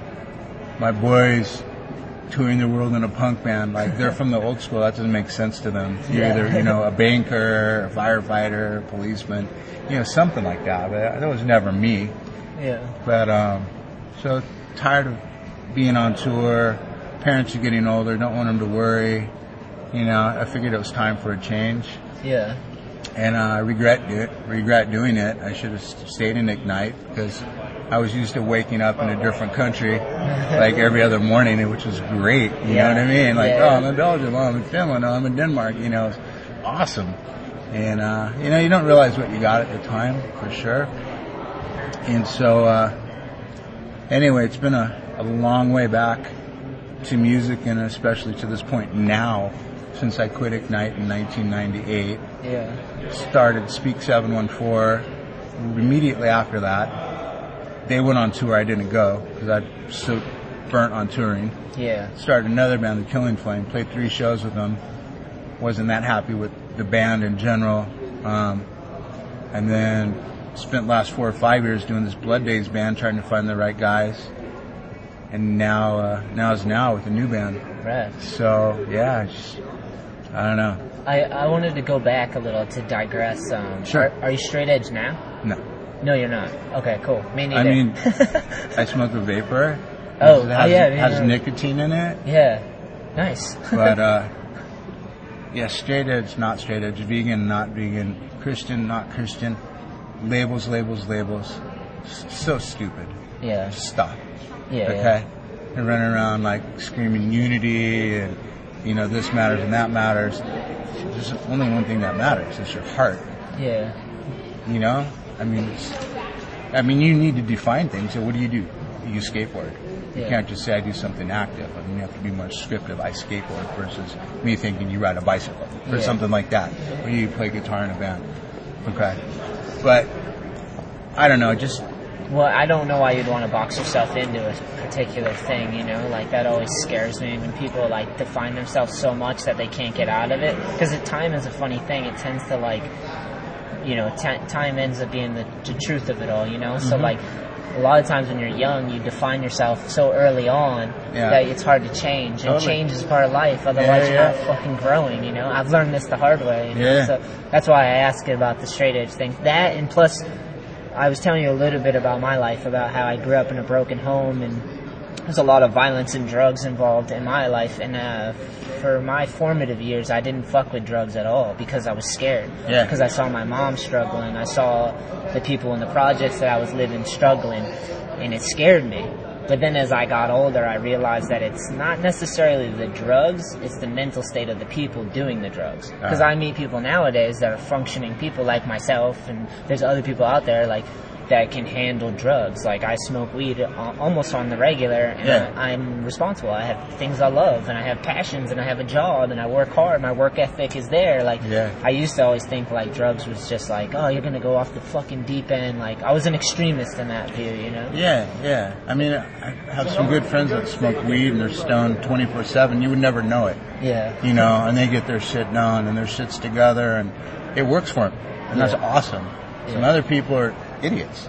Speaker 8: my boys touring the world in a punk band. Like they're from the old school, that doesn't make sense to them. You're
Speaker 7: Yeah.
Speaker 8: either you know a banker, a firefighter, a policeman, you know something like that. But that was never me.
Speaker 7: Yeah.
Speaker 8: But um, so tired of being on tour. Parents are getting older. Don't want them to worry. You know, I figured it was time for a change,
Speaker 7: Yeah.
Speaker 8: and uh, I regret it. Regret doing it. I should have s- stayed in Ignite because I was used to waking up in a different country, like every other morning, which was great. You
Speaker 7: Yeah.
Speaker 8: know what I mean? Like,
Speaker 7: Yeah.
Speaker 8: oh, I'm in Belgium. Oh, I'm in Finland. Oh, I'm in Denmark. You know, it's awesome. And uh, you know, you don't realize what you got at the time for sure. And so, uh, anyway, it's been a, a long way back to music and especially to this point now since I quit Ignite in 1998.
Speaker 7: Yeah.
Speaker 8: Started Speak 714 immediately after that. They went on tour, I didn't go because I so burnt on touring.
Speaker 7: Yeah.
Speaker 8: Started another band, The Killing Flame, played three shows with them. Wasn't that happy with the band in general. Um, and then spent last four or five years doing this Blood Days band, trying to find the right guys. And now, uh, now is now with the new band.
Speaker 7: Red.
Speaker 8: So yeah, it's just, I don't know.
Speaker 7: I, I wanted to go back a little to digress. Um,
Speaker 8: Sure.
Speaker 7: Are, are you straight edge now?
Speaker 8: No,
Speaker 7: No, you're not. Okay, cool. Me neither.
Speaker 8: I mean, I smoke a vapor.
Speaker 7: Oh,
Speaker 8: it
Speaker 7: oh,
Speaker 8: has,
Speaker 7: yeah, yeah,
Speaker 8: has
Speaker 7: yeah.
Speaker 8: nicotine in it.
Speaker 7: yeah. Nice.
Speaker 8: but uh, yeah, straight edge, not straight edge, vegan, not vegan, Christian, not Christian, labels, labels, labels. S- So stupid.
Speaker 7: Yeah.
Speaker 8: Just stop.
Speaker 7: Yeah,
Speaker 8: Okay. They're running around like screaming unity and you know this matters and that matters. There's only one thing that matters. It's your heart.
Speaker 7: yeah.
Speaker 8: You know. I mean, it's, I mean, you need to define things. So what do you do? You skateboard. You
Speaker 7: Yeah.
Speaker 8: can't just say I do something active. I mean, you have to be more descriptive. I skateboard versus me thinking you ride a bicycle or
Speaker 7: Yeah.
Speaker 8: something like that. Or you play guitar in a band. Okay. But I don't know. Just
Speaker 7: Well, I don't know why you'd want to box yourself into a particular thing, you know? Like, that always scares me when people, like, define themselves so much that they can't get out of it. Because time is a funny thing. It tends to, like, you know, t- time ends up being the, the truth of it all, you know? So,
Speaker 8: Mhm.
Speaker 7: like, a lot of times when you're young, you define yourself so early on
Speaker 8: Yeah.
Speaker 7: that it's hard to change. And
Speaker 8: Totally.
Speaker 7: change is part of life, otherwise
Speaker 8: Yeah,
Speaker 7: you're
Speaker 8: yeah.
Speaker 7: not fucking growing, you know? I've learned this the hard way. You know?
Speaker 8: Yeah.
Speaker 7: So that's why I asked about the straight edge thing. That, and plus, I was telling you a little bit about my life, about how I grew up in a broken home and there's a lot of violence and drugs involved in my life. And uh, for my formative years, I didn't fuck with drugs at all because I was scared.
Speaker 8: Yeah.
Speaker 7: Because I saw my mom struggling. I saw the people in the projects that I was living struggling. And it scared me. But then as I got older, I realized that it's not necessarily the drugs, it's the mental state of the people doing the drugs. Because
Speaker 8: Ah.
Speaker 7: I meet people nowadays that are functioning people like myself, and there's other people out there like that can handle drugs. Like I smoke weed a- almost on the regular, and
Speaker 8: Yeah.
Speaker 7: I, I'm responsible. I have things I love, and I have passions, and I have a job, and I work hard. My work ethic is there. Like
Speaker 8: Yeah.
Speaker 7: I used to always think like drugs was just like, oh, you're gonna go off the fucking deep end. Like I was an extremist in that view, you know.
Speaker 8: Yeah, yeah. I mean, I have some good friends that smoke weed and they're stoned 24-7. You would never know it.
Speaker 7: Yeah.
Speaker 8: You know, and they get their shit done and their shit's together and it works for them. And that's
Speaker 7: Yeah.
Speaker 8: awesome. Some
Speaker 7: Yeah.
Speaker 8: other people are idiots.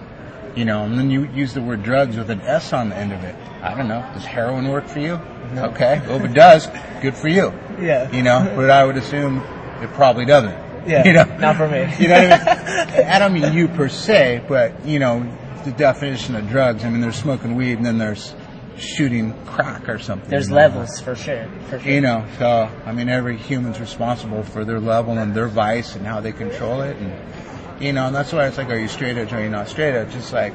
Speaker 8: You know, and then you use the word drugs with an S on the end of it. I don't know. Does heroin work for you?
Speaker 7: No.
Speaker 8: Okay. Well, if it does, good for you.
Speaker 7: Yeah.
Speaker 8: You know, but I would assume it probably doesn't.
Speaker 7: Yeah,
Speaker 8: You know?
Speaker 7: not for me.
Speaker 8: You know what I mean? I don't mean you per se, but you know the definition of drugs. I mean, there's smoking weed and then there's shooting crack or something.
Speaker 7: There's
Speaker 8: you know?
Speaker 7: levels for sure. For sure.
Speaker 8: You know, so I mean, every human's responsible for their level and their vice and how they control it, and you know, and that's why it's like, are you straight edge or are you not straight edge? It's like,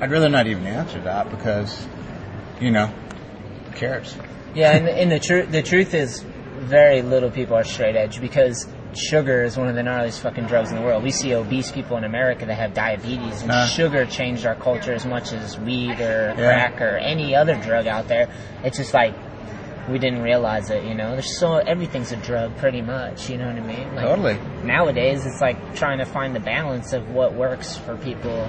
Speaker 8: I'd rather not even answer that because, you know, who cares?
Speaker 7: Yeah, and, and the truth the truth is, very little people are straight edge because sugar is one of the gnarliest fucking drugs in the world. We see obese people in America that have diabetes, and
Speaker 8: Uh.
Speaker 7: sugar changed our culture as much as weed or
Speaker 8: Yeah.
Speaker 7: crack or any other drug out there. It's just like we didn't realize it, you know. There's so everything's a drug, pretty much. You know what I mean? Like,
Speaker 8: Totally.
Speaker 7: Nowadays, it's like trying to find the balance of what works for people.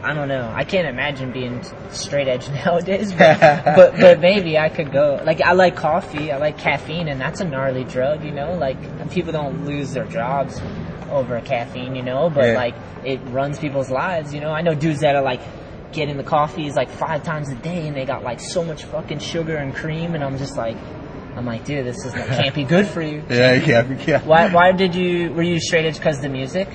Speaker 7: I don't know. I can't imagine being straight edge nowadays, but, but but maybe I could go. Like I like coffee, I like caffeine, and that's a gnarly drug, you know. Like people don't lose their jobs over caffeine, you know. But
Speaker 8: Yeah.
Speaker 7: like it runs people's lives, you know. I know dudes that are like getting the coffees like five times a day, and they got like so much fucking sugar and cream, and I'm just like, I'm like, dude, this is can't be good for you.
Speaker 8: Yeah, yeah, yeah.
Speaker 7: Why why did you were you straight edge because the music?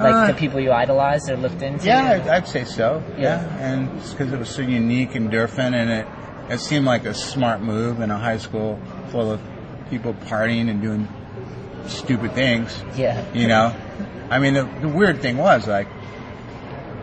Speaker 7: Like
Speaker 8: Uh,
Speaker 7: the people you idolized or looked into?
Speaker 8: Yeah, I'd- I'd say so.
Speaker 7: Yeah.
Speaker 8: Yeah, and it's because it was so unique and different, and it it seemed like a smart move in a high school full of people partying and doing stupid things.
Speaker 7: Yeah.
Speaker 8: You know, I mean, the, the weird thing was like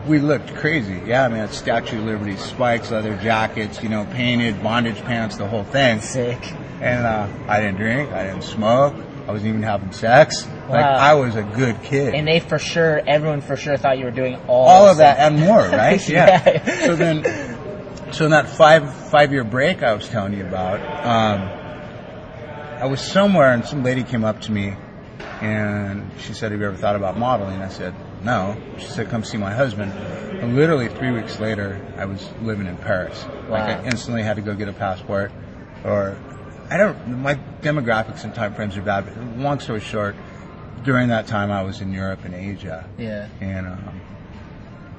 Speaker 8: we looked crazy. Yeah, I mean, it's Statue of Liberty spikes, leather jackets, you know, painted bondage pants, the whole thing.
Speaker 7: Sick.
Speaker 8: And uh, I didn't drink, I didn't smoke, I wasn't even having sex. Like
Speaker 7: Wow.
Speaker 8: I was a good kid.
Speaker 7: And they for sure, everyone for sure thought you were doing all
Speaker 8: all of
Speaker 7: this
Speaker 8: that
Speaker 7: stuff.
Speaker 8: and more, right?
Speaker 7: Yeah.
Speaker 8: So then, so in that five five year break I was telling you about, um, I was somewhere and some lady came up to me and she said, "Have you ever thought about modeling?" I said, "No." She said, "Come see my husband." And literally three weeks later, I was living in Paris. Like
Speaker 7: Wow.
Speaker 8: I instantly had to go get a passport, or I don't. My demographics and time frames are bad. But long story short, during that time I was in Europe and Asia.
Speaker 7: Yeah.
Speaker 8: And um,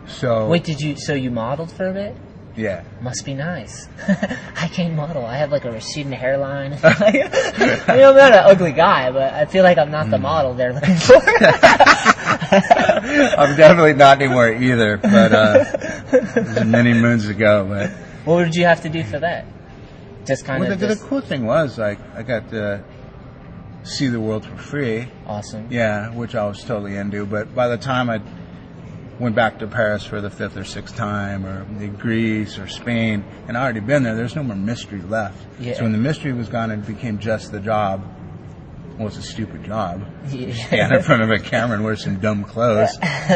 Speaker 8: so
Speaker 7: Wait, did you? So you modeled for a bit?
Speaker 8: yeah,
Speaker 7: Must be nice. I can't model. I have like a receding hairline. I mean, I'm not an ugly guy, but I feel like I'm not
Speaker 8: Hmm.
Speaker 7: the model they're looking for.
Speaker 8: I'm definitely not anymore either. But uh, it was many moons ago. But
Speaker 7: what would you have to do for that? Just kind
Speaker 8: well, the,
Speaker 7: of
Speaker 8: the
Speaker 7: just
Speaker 8: cool thing was like I got to see the world for free.
Speaker 7: awesome.
Speaker 8: Yeah, which I was totally into. But by the time I went back to Paris for the fifth or sixth time, or the Greece or Spain, and I already been there, there's no more mystery left.
Speaker 7: Yeah.
Speaker 8: So when the mystery was gone, it became just the job. Well, it's a stupid job.
Speaker 7: Yeah.
Speaker 8: Stand in front of a camera and wear some dumb clothes.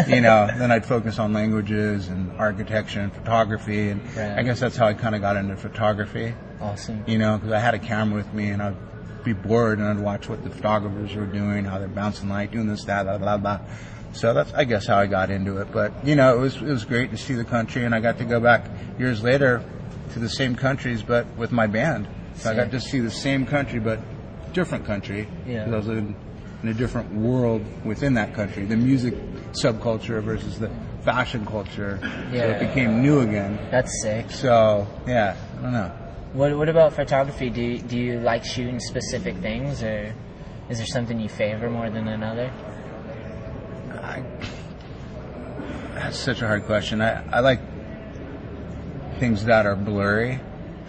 Speaker 8: You know, then I'd focus on languages and architecture and photography. And
Speaker 7: Right.
Speaker 8: I guess that's how I kind of got into photography
Speaker 7: Awesome.
Speaker 8: you know, because I had a camera with me and I'd be bored and I'd watch what the photographers were doing, how they're bouncing light, doing this, that, blah, blah, blah. So that's, I guess, how I got into it. But, you know, it was, it was great to see the country and I got to go back years later to the same countries, but with my band. So I got to see the same country, but different country.
Speaker 7: Yeah.
Speaker 8: 'Cause I was living in a different world within that country. The music subculture versus the fashion culture. So
Speaker 7: Yeah.
Speaker 8: it became new again.
Speaker 7: That's sick.
Speaker 8: So yeah, I don't know.
Speaker 7: What What about photography? Do you, Do you like shooting specific things, or is there something you favor more than another?
Speaker 8: That's such a hard question. I, I like things that are blurry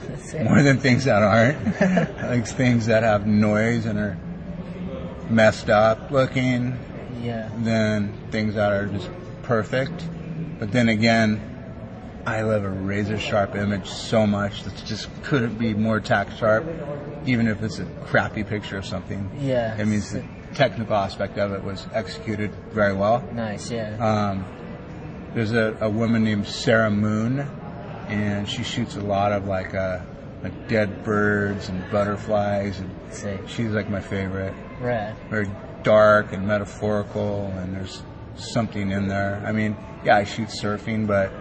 Speaker 7: That's it.
Speaker 8: more than things that aren't. I like things that have noise and are messed up looking
Speaker 7: Yeah.
Speaker 8: than things that are just perfect. But then again, I love a razor sharp image so much that it just couldn't be more tack sharp, even if it's a crappy picture of something.
Speaker 7: Yeah.
Speaker 8: It means the technical aspect of it was executed very well.
Speaker 7: Nice. Yeah.
Speaker 8: Um, there's a, a woman named Sarah Moon, and she shoots a lot of like uh, like dead birds and butterflies, and she's like my favorite.
Speaker 7: Rad.
Speaker 8: Very dark and metaphorical, and there's something in there. I mean, yeah, I shoot surfing, but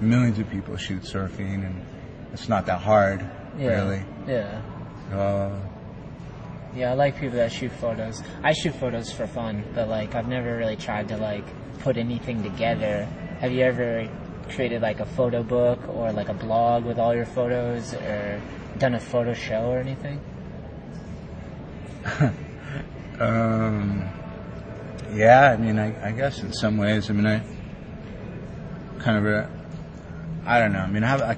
Speaker 8: millions of people shoot surfing, and it's not that hard,
Speaker 7: Yeah.
Speaker 8: really.
Speaker 7: Yeah.
Speaker 8: Uh,
Speaker 7: Yeah, I like people that shoot photos. I shoot photos for fun, but like I've never really tried to like put anything together. Have you ever created like a photo book or like a blog with all your photos or done a photo show or anything?
Speaker 8: Um, yeah, I mean, I, I guess in some ways, I mean, I kind of, a, I don't know. I mean, I, have, I,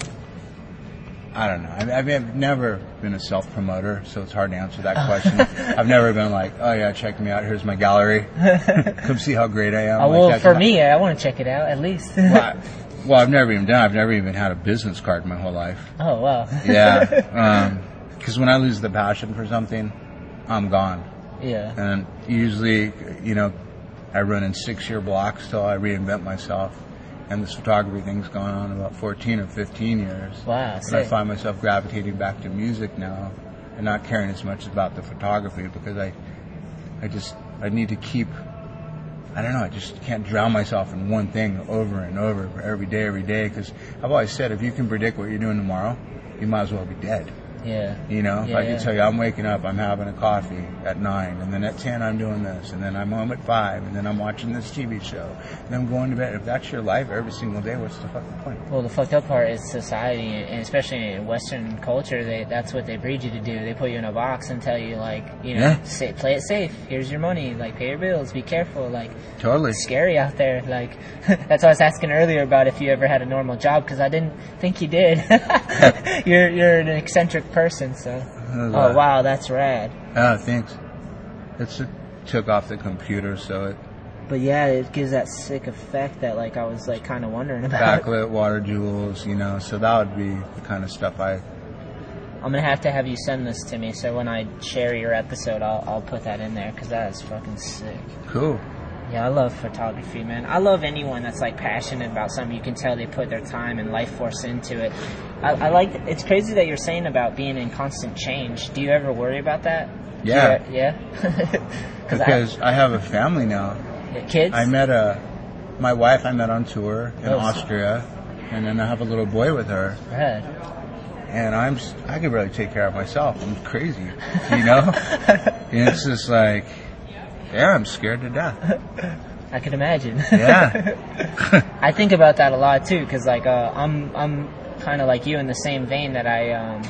Speaker 8: I don't know. I, mean, I mean, I've never been a self promoter, so it's hard to answer that question. I've never been like, oh yeah, check me out. Here's my gallery. Come see how great I am.
Speaker 7: Oh,
Speaker 8: Like,
Speaker 7: Uh, well,
Speaker 8: that's
Speaker 7: for
Speaker 8: not-
Speaker 7: me, I want to check it out at least.
Speaker 8: Well, I- well, I've never even done. I've never even had a business card my whole life.
Speaker 7: oh wow.
Speaker 8: Yeah, because when I lose the passion for something, I'm gone.
Speaker 7: Yeah.
Speaker 8: And usually, you know, I run in six-year blocks till I reinvent myself. And this photography thing's gone on about 14 or 15 years.
Speaker 7: Wow,
Speaker 8: And I
Speaker 7: sick.
Speaker 8: find myself gravitating back to music now, and not caring as much about the photography because I, I just I need to keep. I don't know. I just can't drown myself in one thing over and over for every day, every day. Because I've always said, if you can predict what you're doing tomorrow, you might as well be dead.
Speaker 7: Yeah.
Speaker 8: You know, if I
Speaker 7: Yeah.
Speaker 8: could tell you, I'm waking up, I'm having a coffee at nine, and then at ten I'm doing this, and then I'm home at five, and then I'm watching this TV show, and I'm going to bed. If that's your life every single day, what's the fucking point?
Speaker 7: Well, the fucked up part is society, and especially in Western culture, they, that's what they breed you to do. They put you in a box and tell you, like, you know,
Speaker 8: Yeah.
Speaker 7: sa play it safe. Here's your money. Like, pay your bills. Be careful. Like,
Speaker 8: Totally.
Speaker 7: it's scary out there. Like, that's why I was asking earlier about if you ever had a normal job, because I didn't think you did. you're you're an eccentric person, so. Oh wow, that's rad.
Speaker 8: Oh, thanks. It's it took off the computer, so it
Speaker 7: But yeah, it gives that sick effect that like I was like kind of wondering about.
Speaker 8: backlit water jewels, you know. So that would be the kind of stuff I.
Speaker 7: I'm gonna have to have you send this to me, so when I share your episode, I'll, I'll put that in there because that is fucking sick.
Speaker 8: Cool.
Speaker 7: Yeah, I love photography, man. I love anyone that's like passionate about something. You can tell they put their time and life force into it. I, I like. It's crazy that you're saying about being in constant change. Do you ever worry about that? Do you- e-,
Speaker 8: Yeah.
Speaker 7: yeah. I-
Speaker 8: Because I, have a family now.
Speaker 7: Kids.
Speaker 8: I met a my wife. I met on tour in
Speaker 7: Oh, so-
Speaker 8: Austria, and then I have a little boy with her.
Speaker 7: Rad.
Speaker 8: and I'm s- I could really take care of myself. I'm crazy, you know. and it's just like, yeah, I'm scared to death.
Speaker 7: I can imagine.
Speaker 8: Yeah.
Speaker 7: I think about that a lot too, because like uh, I'm I'm kind of like you in the same vein that I um,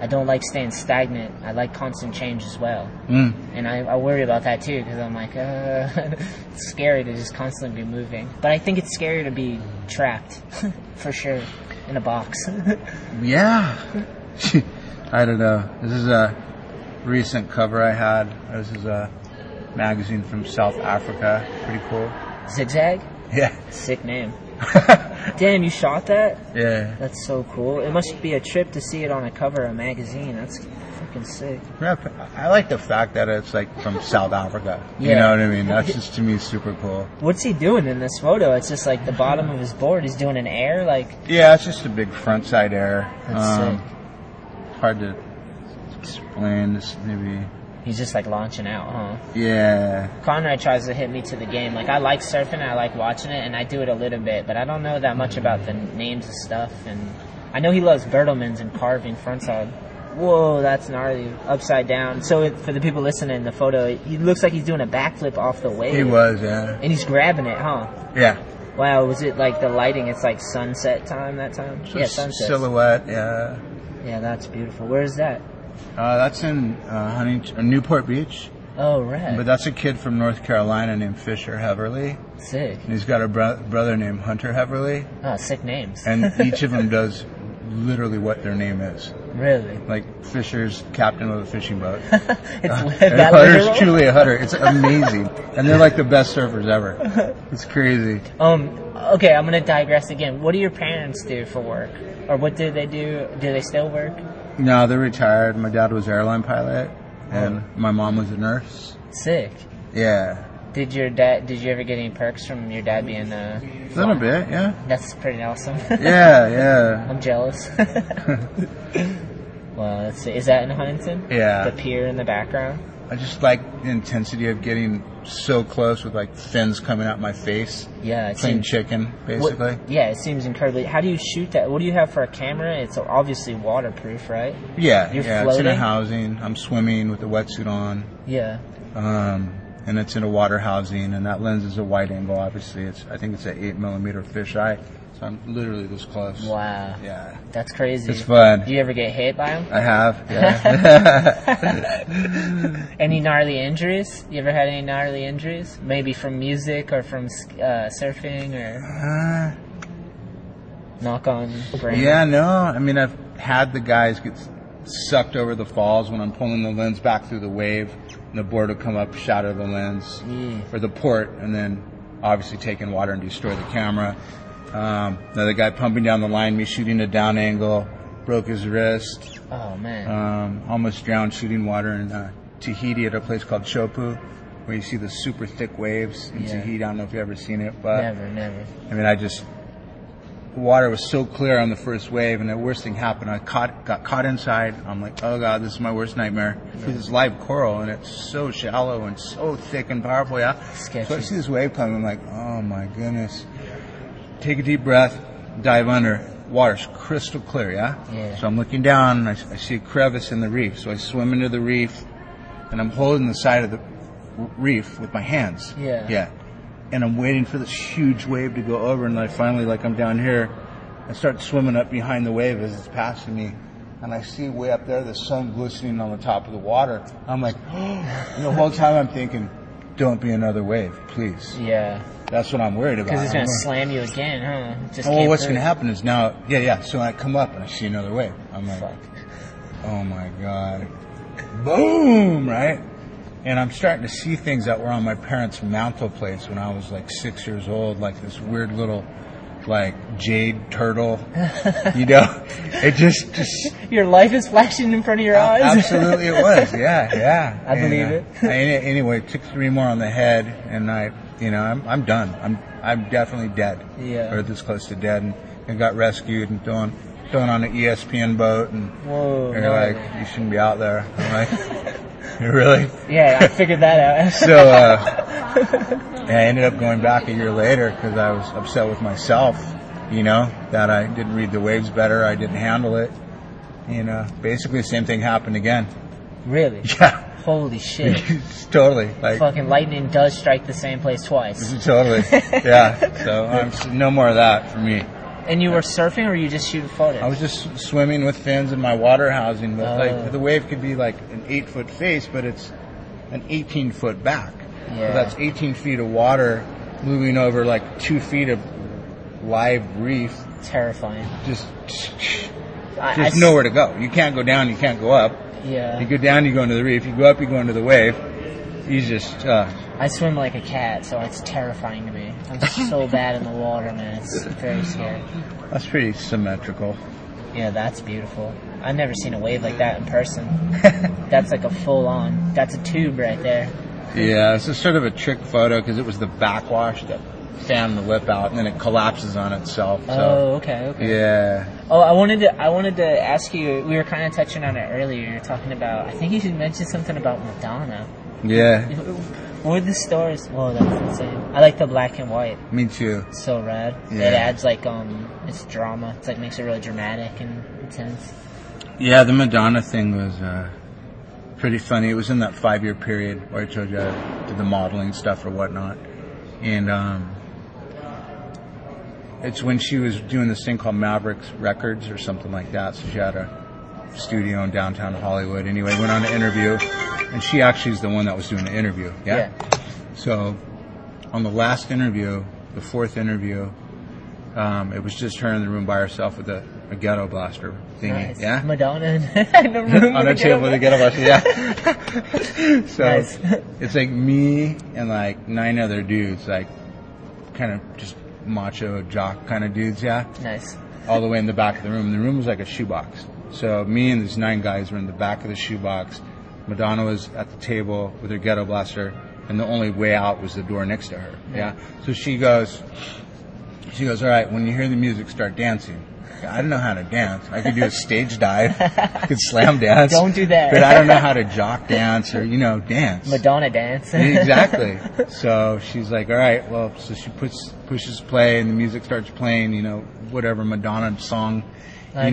Speaker 7: I don't like staying stagnant. I like constant change as well,
Speaker 8: Mm.
Speaker 7: and I, I worry about that too because I'm like uh, it's scary to just constantly be moving. But I think it's scary to be trapped for sure in a box.
Speaker 8: Yeah. I don't know. This is a recent cover I had. This is a magazine from South Africa. Pretty cool.
Speaker 7: Zigzag,
Speaker 8: Yeah.
Speaker 7: sick name. Damn, you shot that?
Speaker 8: Yeah.
Speaker 7: That's so cool. It must be a trip to see it on a cover of a magazine. That's fucking sick.
Speaker 8: Yeah, I like the fact that it's like from South Africa. You
Speaker 7: Yeah.
Speaker 8: know what I mean? That's just to me super cool.
Speaker 7: What's he doing in this photo? It's just like the bottom of his board. He's doing an air, like
Speaker 8: Yeah, it's just a big front side air. Um,
Speaker 7: That's
Speaker 8: Hard to explain. This maybe.
Speaker 7: he's just like launching out, huh?
Speaker 8: Yeah.
Speaker 7: Conrad tries to hit me to the game. Like I like surfing, I like watching it, and I do it a little bit, but I don't know that much about the names of stuff. And I know he loves Bertelmans and carving frontside. whoa, that's gnarly, upside down. So it, for the people listening, the photo, it, he looks like he's doing a backflip off the wave.
Speaker 8: He was, yeah.
Speaker 7: And he's grabbing it, huh?
Speaker 8: Yeah.
Speaker 7: Wow, was it like the lighting? It's like sunset time that time.
Speaker 8: So
Speaker 7: yeah,
Speaker 8: s-
Speaker 7: sunset.
Speaker 8: Silhouette, yeah.
Speaker 7: yeah, that's beautiful. Where is that?
Speaker 8: Uh, that's in uh, Huntington, uh, Newport Beach.
Speaker 7: Oh, right.
Speaker 8: But that's a kid from North Carolina named Fisher Heverly.
Speaker 7: Sick.
Speaker 8: And he's got a bro- brother named Hunter Heverly.
Speaker 7: Oh, sick names.
Speaker 8: And each of them does literally what their name is.
Speaker 7: Really?
Speaker 8: Like Fisher's captain of a fishing boat.
Speaker 7: it's
Speaker 8: And
Speaker 7: that
Speaker 8: Hunter's
Speaker 7: literal?
Speaker 8: Uh, truly a Hunter. It's amazing. and they're like the best surfers ever. It's crazy.
Speaker 7: Um. Okay, I'm gonna digress again. What do your parents do for work, or what do they do? Do they still work?
Speaker 8: No, they're retired. My dad was airline pilot and my mom was a nurse.
Speaker 7: Sick.
Speaker 8: Yeah.
Speaker 7: Did your dad? Did you ever get any perks from your dad being a?
Speaker 8: A little bit, yeah.
Speaker 7: That's pretty awesome.
Speaker 8: Yeah, yeah.
Speaker 7: I'm jealous. well, let's see. Is that in Huntington?
Speaker 8: Yeah.
Speaker 7: The pier in the background.
Speaker 8: I just like the intensity of getting so close with like fins coming out my face.
Speaker 7: Yeah, it
Speaker 8: plain
Speaker 7: seems-
Speaker 8: chicken, basically.
Speaker 7: What- yeah, it seems incredibly. How do you shoot that? What do you have for a camera? It's obviously waterproof, right?
Speaker 8: Yeah,
Speaker 7: You're
Speaker 8: yeah. It's
Speaker 7: floating.
Speaker 8: in a housing. I'm swimming with a wetsuit on,
Speaker 7: Yeah.
Speaker 8: um, and it's in a water housing. And that lens is a wide angle. Obviously, it's I think it's an eight millimeter fisheye. So I'm literally this close.
Speaker 7: Wow.
Speaker 8: Yeah.
Speaker 7: That's crazy.
Speaker 8: It's fun.
Speaker 7: Do you ever get hit by them?
Speaker 8: I have. Yeah.
Speaker 7: any gnarly injuries? You ever had any gnarly injuries? Maybe from music or from uh, surfing or
Speaker 8: Uh,
Speaker 7: knock on brain?
Speaker 8: Yeah, no. I mean, I've had the guys get sucked over the falls when I'm pulling the lens back through the wave, and the board will come up, shatter the lens or the port, and then obviously take in water and destroy the camera. Um, another guy pumping down the line, me shooting a down angle, broke his wrist.
Speaker 7: Oh man.
Speaker 8: Um, almost drowned shooting water in uh, Tahiti at a place called Chopu, where you see the super thick waves in
Speaker 7: Yeah.
Speaker 8: Tahiti. I don't know if you've ever seen it, but
Speaker 7: Never, never.
Speaker 8: I mean, I just the water was so clear on the first wave, and the worst thing happened. I caught got caught inside. I'm like, oh god, this is my worst nightmare. Because it's live coral, and it's so shallow and so thick and powerful. Yeah,
Speaker 7: Sketchy.
Speaker 8: so I see this wave coming. I'm like, oh my goodness. Take a deep breath, dive under. Water's crystal clear. Yeah.
Speaker 7: Yeah.
Speaker 8: So I'm looking down, and I, s- I see a crevice in the reef. So I swim into the reef, and I'm holding the side of the r- reef with my hands.
Speaker 7: Yeah.
Speaker 8: Yeah. And I'm waiting for this huge wave to go over, and I finally, like, I'm down here, I start swimming up behind the wave as it's passing me, and I see way up there the sun glistening on the top of the water. I'm like, and the whole time I'm thinking, don't be another wave, please.
Speaker 7: Yeah.
Speaker 8: That's what I'm worried about.
Speaker 7: Because it's
Speaker 8: I'm
Speaker 7: gonna slam you again, huh? It Just
Speaker 8: well,
Speaker 7: came
Speaker 8: Oh, what's
Speaker 7: through.
Speaker 8: going to happen is now, yeah, yeah. So I come up and I see another wave. I'm like, oh my god, boom, right? And I'm starting to see things that were on my parents' mantel place when I was like six years old, like this weird little, like jade turtle, you know? It just, just
Speaker 7: Your life is flashing in front of your eyes.
Speaker 8: Absolutely, it was. Yeah, yeah.
Speaker 7: I believe
Speaker 8: uh,
Speaker 7: it.
Speaker 8: I- any- anyway, took three more on the head, and I, you know, I'm, I'm done. I'm, I'm definitely dead.
Speaker 7: Yeah.
Speaker 8: Or this close to dead, and, and got rescued and thrown, thrown on an E ESPN boat, and
Speaker 7: Whoa.
Speaker 8: they're
Speaker 7: Oh, no.
Speaker 8: like, you shouldn't be out there. I'm like, really?
Speaker 7: yeah, I figured that out.
Speaker 8: So, uh, and I ended up going back a year later because I was upset with myself, you know, that I didn't read the waves better, I didn't handle it. You know, basically the same thing happened again.
Speaker 7: really?
Speaker 8: Yeah.
Speaker 7: Holy shit.
Speaker 8: totally. Like
Speaker 7: Fucking lightning does strike the same place twice.
Speaker 8: totally. Yeah. So I'm s- no more of that for me.
Speaker 7: And you were surfing or you just shooting photos?
Speaker 8: Mm-hmm. I was just swimming with fins in my water housing, but
Speaker 7: Oh.
Speaker 8: like the wave could be like an eight foot face, but it's an 18 foot back.
Speaker 7: Yeah.
Speaker 8: So that's 18 feet of water moving over like two feet of live reef.
Speaker 7: terrifying.
Speaker 8: Just,
Speaker 7: I,
Speaker 8: just
Speaker 7: I-
Speaker 8: nowhere to go. You can't go down. You can't go up. You
Speaker 7: Yeah.
Speaker 8: go down, you go into the reef. You go up, you go into the wave. You just, uh,
Speaker 7: I swim like a cat, so it's terrifying to me. I'm so bad in the water, man. It's very scary.
Speaker 8: that's pretty symmetrical.
Speaker 7: Yeah, that's beautiful. I've never seen a wave like that in person. that's like a full on. That's a tube right there.
Speaker 8: Yeah, it's a sort of a trick photo because it was the backwash that fanned the lip out, and then it collapses on itself.
Speaker 7: Oh,
Speaker 8: So.
Speaker 7: okay, okay.
Speaker 8: Yeah.
Speaker 7: Oh, I wanted to. I wanted to ask you. We were kind of touching on it earlier. You were talking about. I think you should mention something about Madonna.
Speaker 8: Yeah.
Speaker 7: What were the stories? Whoa, that's insane. I like the black and white.
Speaker 8: Me too.
Speaker 7: It's so rad.
Speaker 8: Yeah.
Speaker 7: It adds like um, it's drama. It's like makes it really dramatic and intense.
Speaker 8: Yeah, the Madonna thing was uh, pretty funny. It was in that five year period where I told you I did the modeling stuff or whatnot. And um, it's when she was doing this thing called Mavericks Records or something like that. So she had a studio in downtown Hollywood. Anyway, went on an interview. And she actually is the one that was doing the interview. Yeah. So on the last interview, the fourth interview, um, it was just her in the room by herself with a, a ghetto blaster thingy.
Speaker 7: Nice.
Speaker 8: Yeah.
Speaker 7: Madonna in the room.
Speaker 8: on a
Speaker 7: with
Speaker 8: table with a ghetto blaster. Yeah. so
Speaker 7: Nice.
Speaker 8: it's like me and like nine other dudes, like kind of just macho jock kind of dudes, yeah.
Speaker 7: Nice.
Speaker 8: All the way in the back of the room. The room was like a shoebox. So me and these nine guys were in the back of the shoebox. Madonna was at the table with her ghetto blaster, and the only way out was the door next to her. Yeah. So she goes, she goes, all right. When you hear the music, start dancing. I don't know how to dance. I could do a stage dive. I could slam dance.
Speaker 7: Don't do that.
Speaker 8: But I don't know how to jock dance or you know dance.
Speaker 7: Madonna dance.
Speaker 8: exactly. So she's like, all right, well, so she puts pushes play and the music starts playing, you know, whatever Madonna song,
Speaker 7: like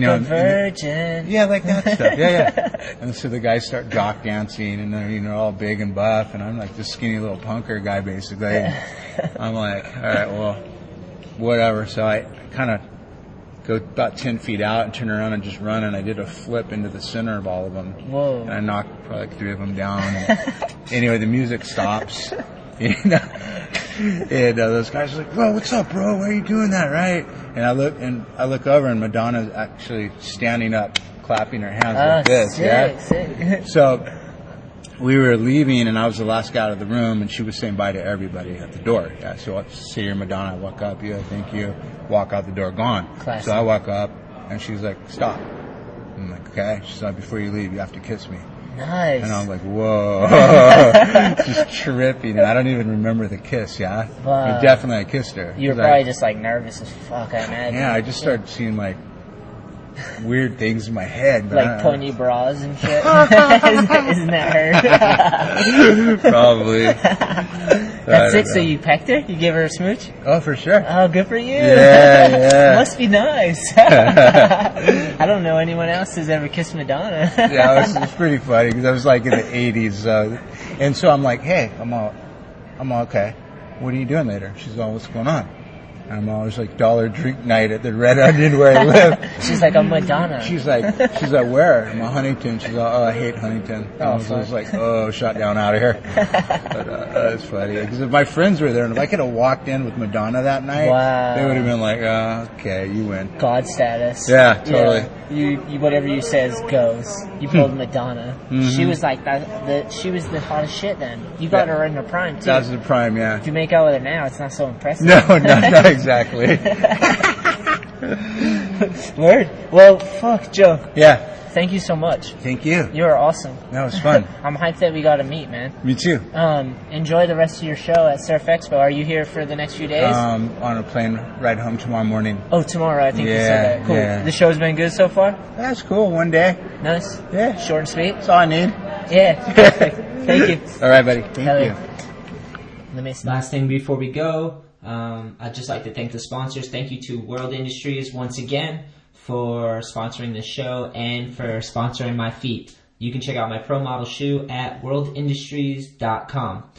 Speaker 8: you know,
Speaker 7: a
Speaker 8: and- and
Speaker 7: virgin.
Speaker 8: Yeah, like that stuff. Yeah, yeah. and so the guys start jock dancing and they're, you know, all big and buff and I'm like this skinny little punker guy basically. And I'm like, all right, well, whatever. So I kind of go about 10 feet out and turn around and just run and I did a flip into the center of all of them.
Speaker 7: Whoa.
Speaker 8: And I knocked probably like three of them down. And anyway, the music stops. You know? And uh, those guys are like, "Whoa, what's up, bro? Why are you doing that, right?" And I look and I look over, and Madonna's actually standing up, clapping her hands
Speaker 7: Oh,
Speaker 8: like this.
Speaker 7: sick,
Speaker 8: yeah.
Speaker 7: sick.
Speaker 8: So we were leaving, and I was the last guy out of the room, and she was saying bye to everybody at the door. Yeah, so I see your Madonna, I walk up, yeah, thank you, walk out the door, gone.
Speaker 7: Classic.
Speaker 8: So I walk up, and she's like, stop. I'm like, okay. She's like, before you leave, you have to kiss me.
Speaker 7: Nice.
Speaker 8: And I'm like, whoa, just tripping. And I don't even remember the kiss, yeah?
Speaker 7: Wow.
Speaker 8: But definitely I kissed her.
Speaker 7: you were
Speaker 8: 'Cause I-
Speaker 7: probably just like nervous as fuck. I imagine.
Speaker 8: Yeah, I just started seeing like weird things in my head. but I
Speaker 7: Like
Speaker 8: don't know.
Speaker 7: pony bras and shit. isn't, isn't that her?
Speaker 8: Probably.
Speaker 7: That's sick. So you pecked her? You gave her a smooch?
Speaker 8: Oh, for sure.
Speaker 7: Oh, good for you.
Speaker 8: Yeah, yeah.
Speaker 7: Must be nice. I don't know anyone else who's ever kissed Madonna.
Speaker 8: yeah, it was, it was pretty funny because I was like in the 80s, uh, and so I'm like, hey, I'm all, I'm all okay. What are you doing later? She's all, what's going on? And I'm always like dollar drink night at the Red Onion where I live.
Speaker 7: She's like, I'm Madonna.
Speaker 8: She's like, she's like, where? I'm at Huntington. She's like, oh, I hate Huntington. And I was, I was like, oh, shut down out of here. But uh, that's funny because if my friends were there and if I could have walked in with Madonna that night,
Speaker 7: Wow.
Speaker 8: they would have been like, uh, okay, you win.
Speaker 7: God status.
Speaker 8: Yeah, totally. Hmm.
Speaker 7: You, you whatever you says goes. You pulled Madonna.
Speaker 8: Mhm.
Speaker 7: She was like that. The she was the hottest shit then. You got
Speaker 8: Yeah.
Speaker 7: her in her prime too.
Speaker 8: That was the prime, yeah.
Speaker 7: if you make out with her now, it's not so impressive.
Speaker 8: No, no, not exactly.
Speaker 7: Word. Well, fuck, Joe.
Speaker 8: Yeah.
Speaker 7: Thank you so much.
Speaker 8: Thank you.
Speaker 7: You are awesome.
Speaker 8: That was fun.
Speaker 7: I'm hyped that we got to meet, man.
Speaker 8: Me too.
Speaker 7: Um, enjoy the rest of your show at Surf Expo. Are you here for the next few days?
Speaker 8: Um, on a plane ride home tomorrow morning.
Speaker 7: oh, tomorrow. I think you
Speaker 8: Yeah,
Speaker 7: said that. Cool.
Speaker 8: yeah.
Speaker 7: The show's been good so far.
Speaker 8: That's cool. One day.
Speaker 7: Nice.
Speaker 8: Yeah.
Speaker 7: Short and sweet.
Speaker 8: That's all I need.
Speaker 7: Yeah. Perfect. Thank you.
Speaker 8: All right, buddy. Thank
Speaker 7: Hell
Speaker 8: you.
Speaker 7: yeah. Let me stop.
Speaker 1: Last thing before we go, um, I'd just like to thank the sponsors. Thank you to World Industries once again for sponsoring this show and for sponsoring my feet. You can check out my pro model shoe at worldindustries.com.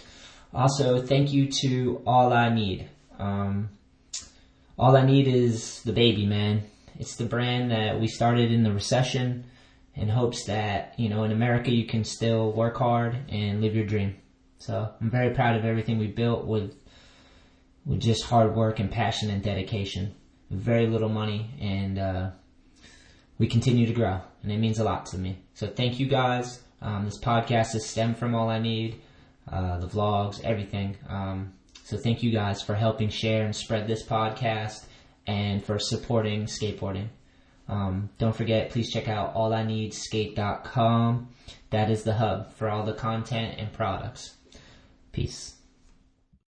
Speaker 1: Also, thank you to All I Need. Um, all I need is the baby, man. It's the brand that we started in the recession in hopes that, you know, in America you can still work hard and live your dream. So I'm very proud of everything we built with with just hard work and passion and dedication. With very little money and uh, we continue to grow and it means a lot to me. So thank you guys. Um, this podcast is stemmed from all I need, uh, the vlogs, everything. Um, so thank you guys for helping share and spread this podcast and for supporting skateboarding. Um, don't forget, please check out allineedskate.com. That is the hub for all the content and products. Peace.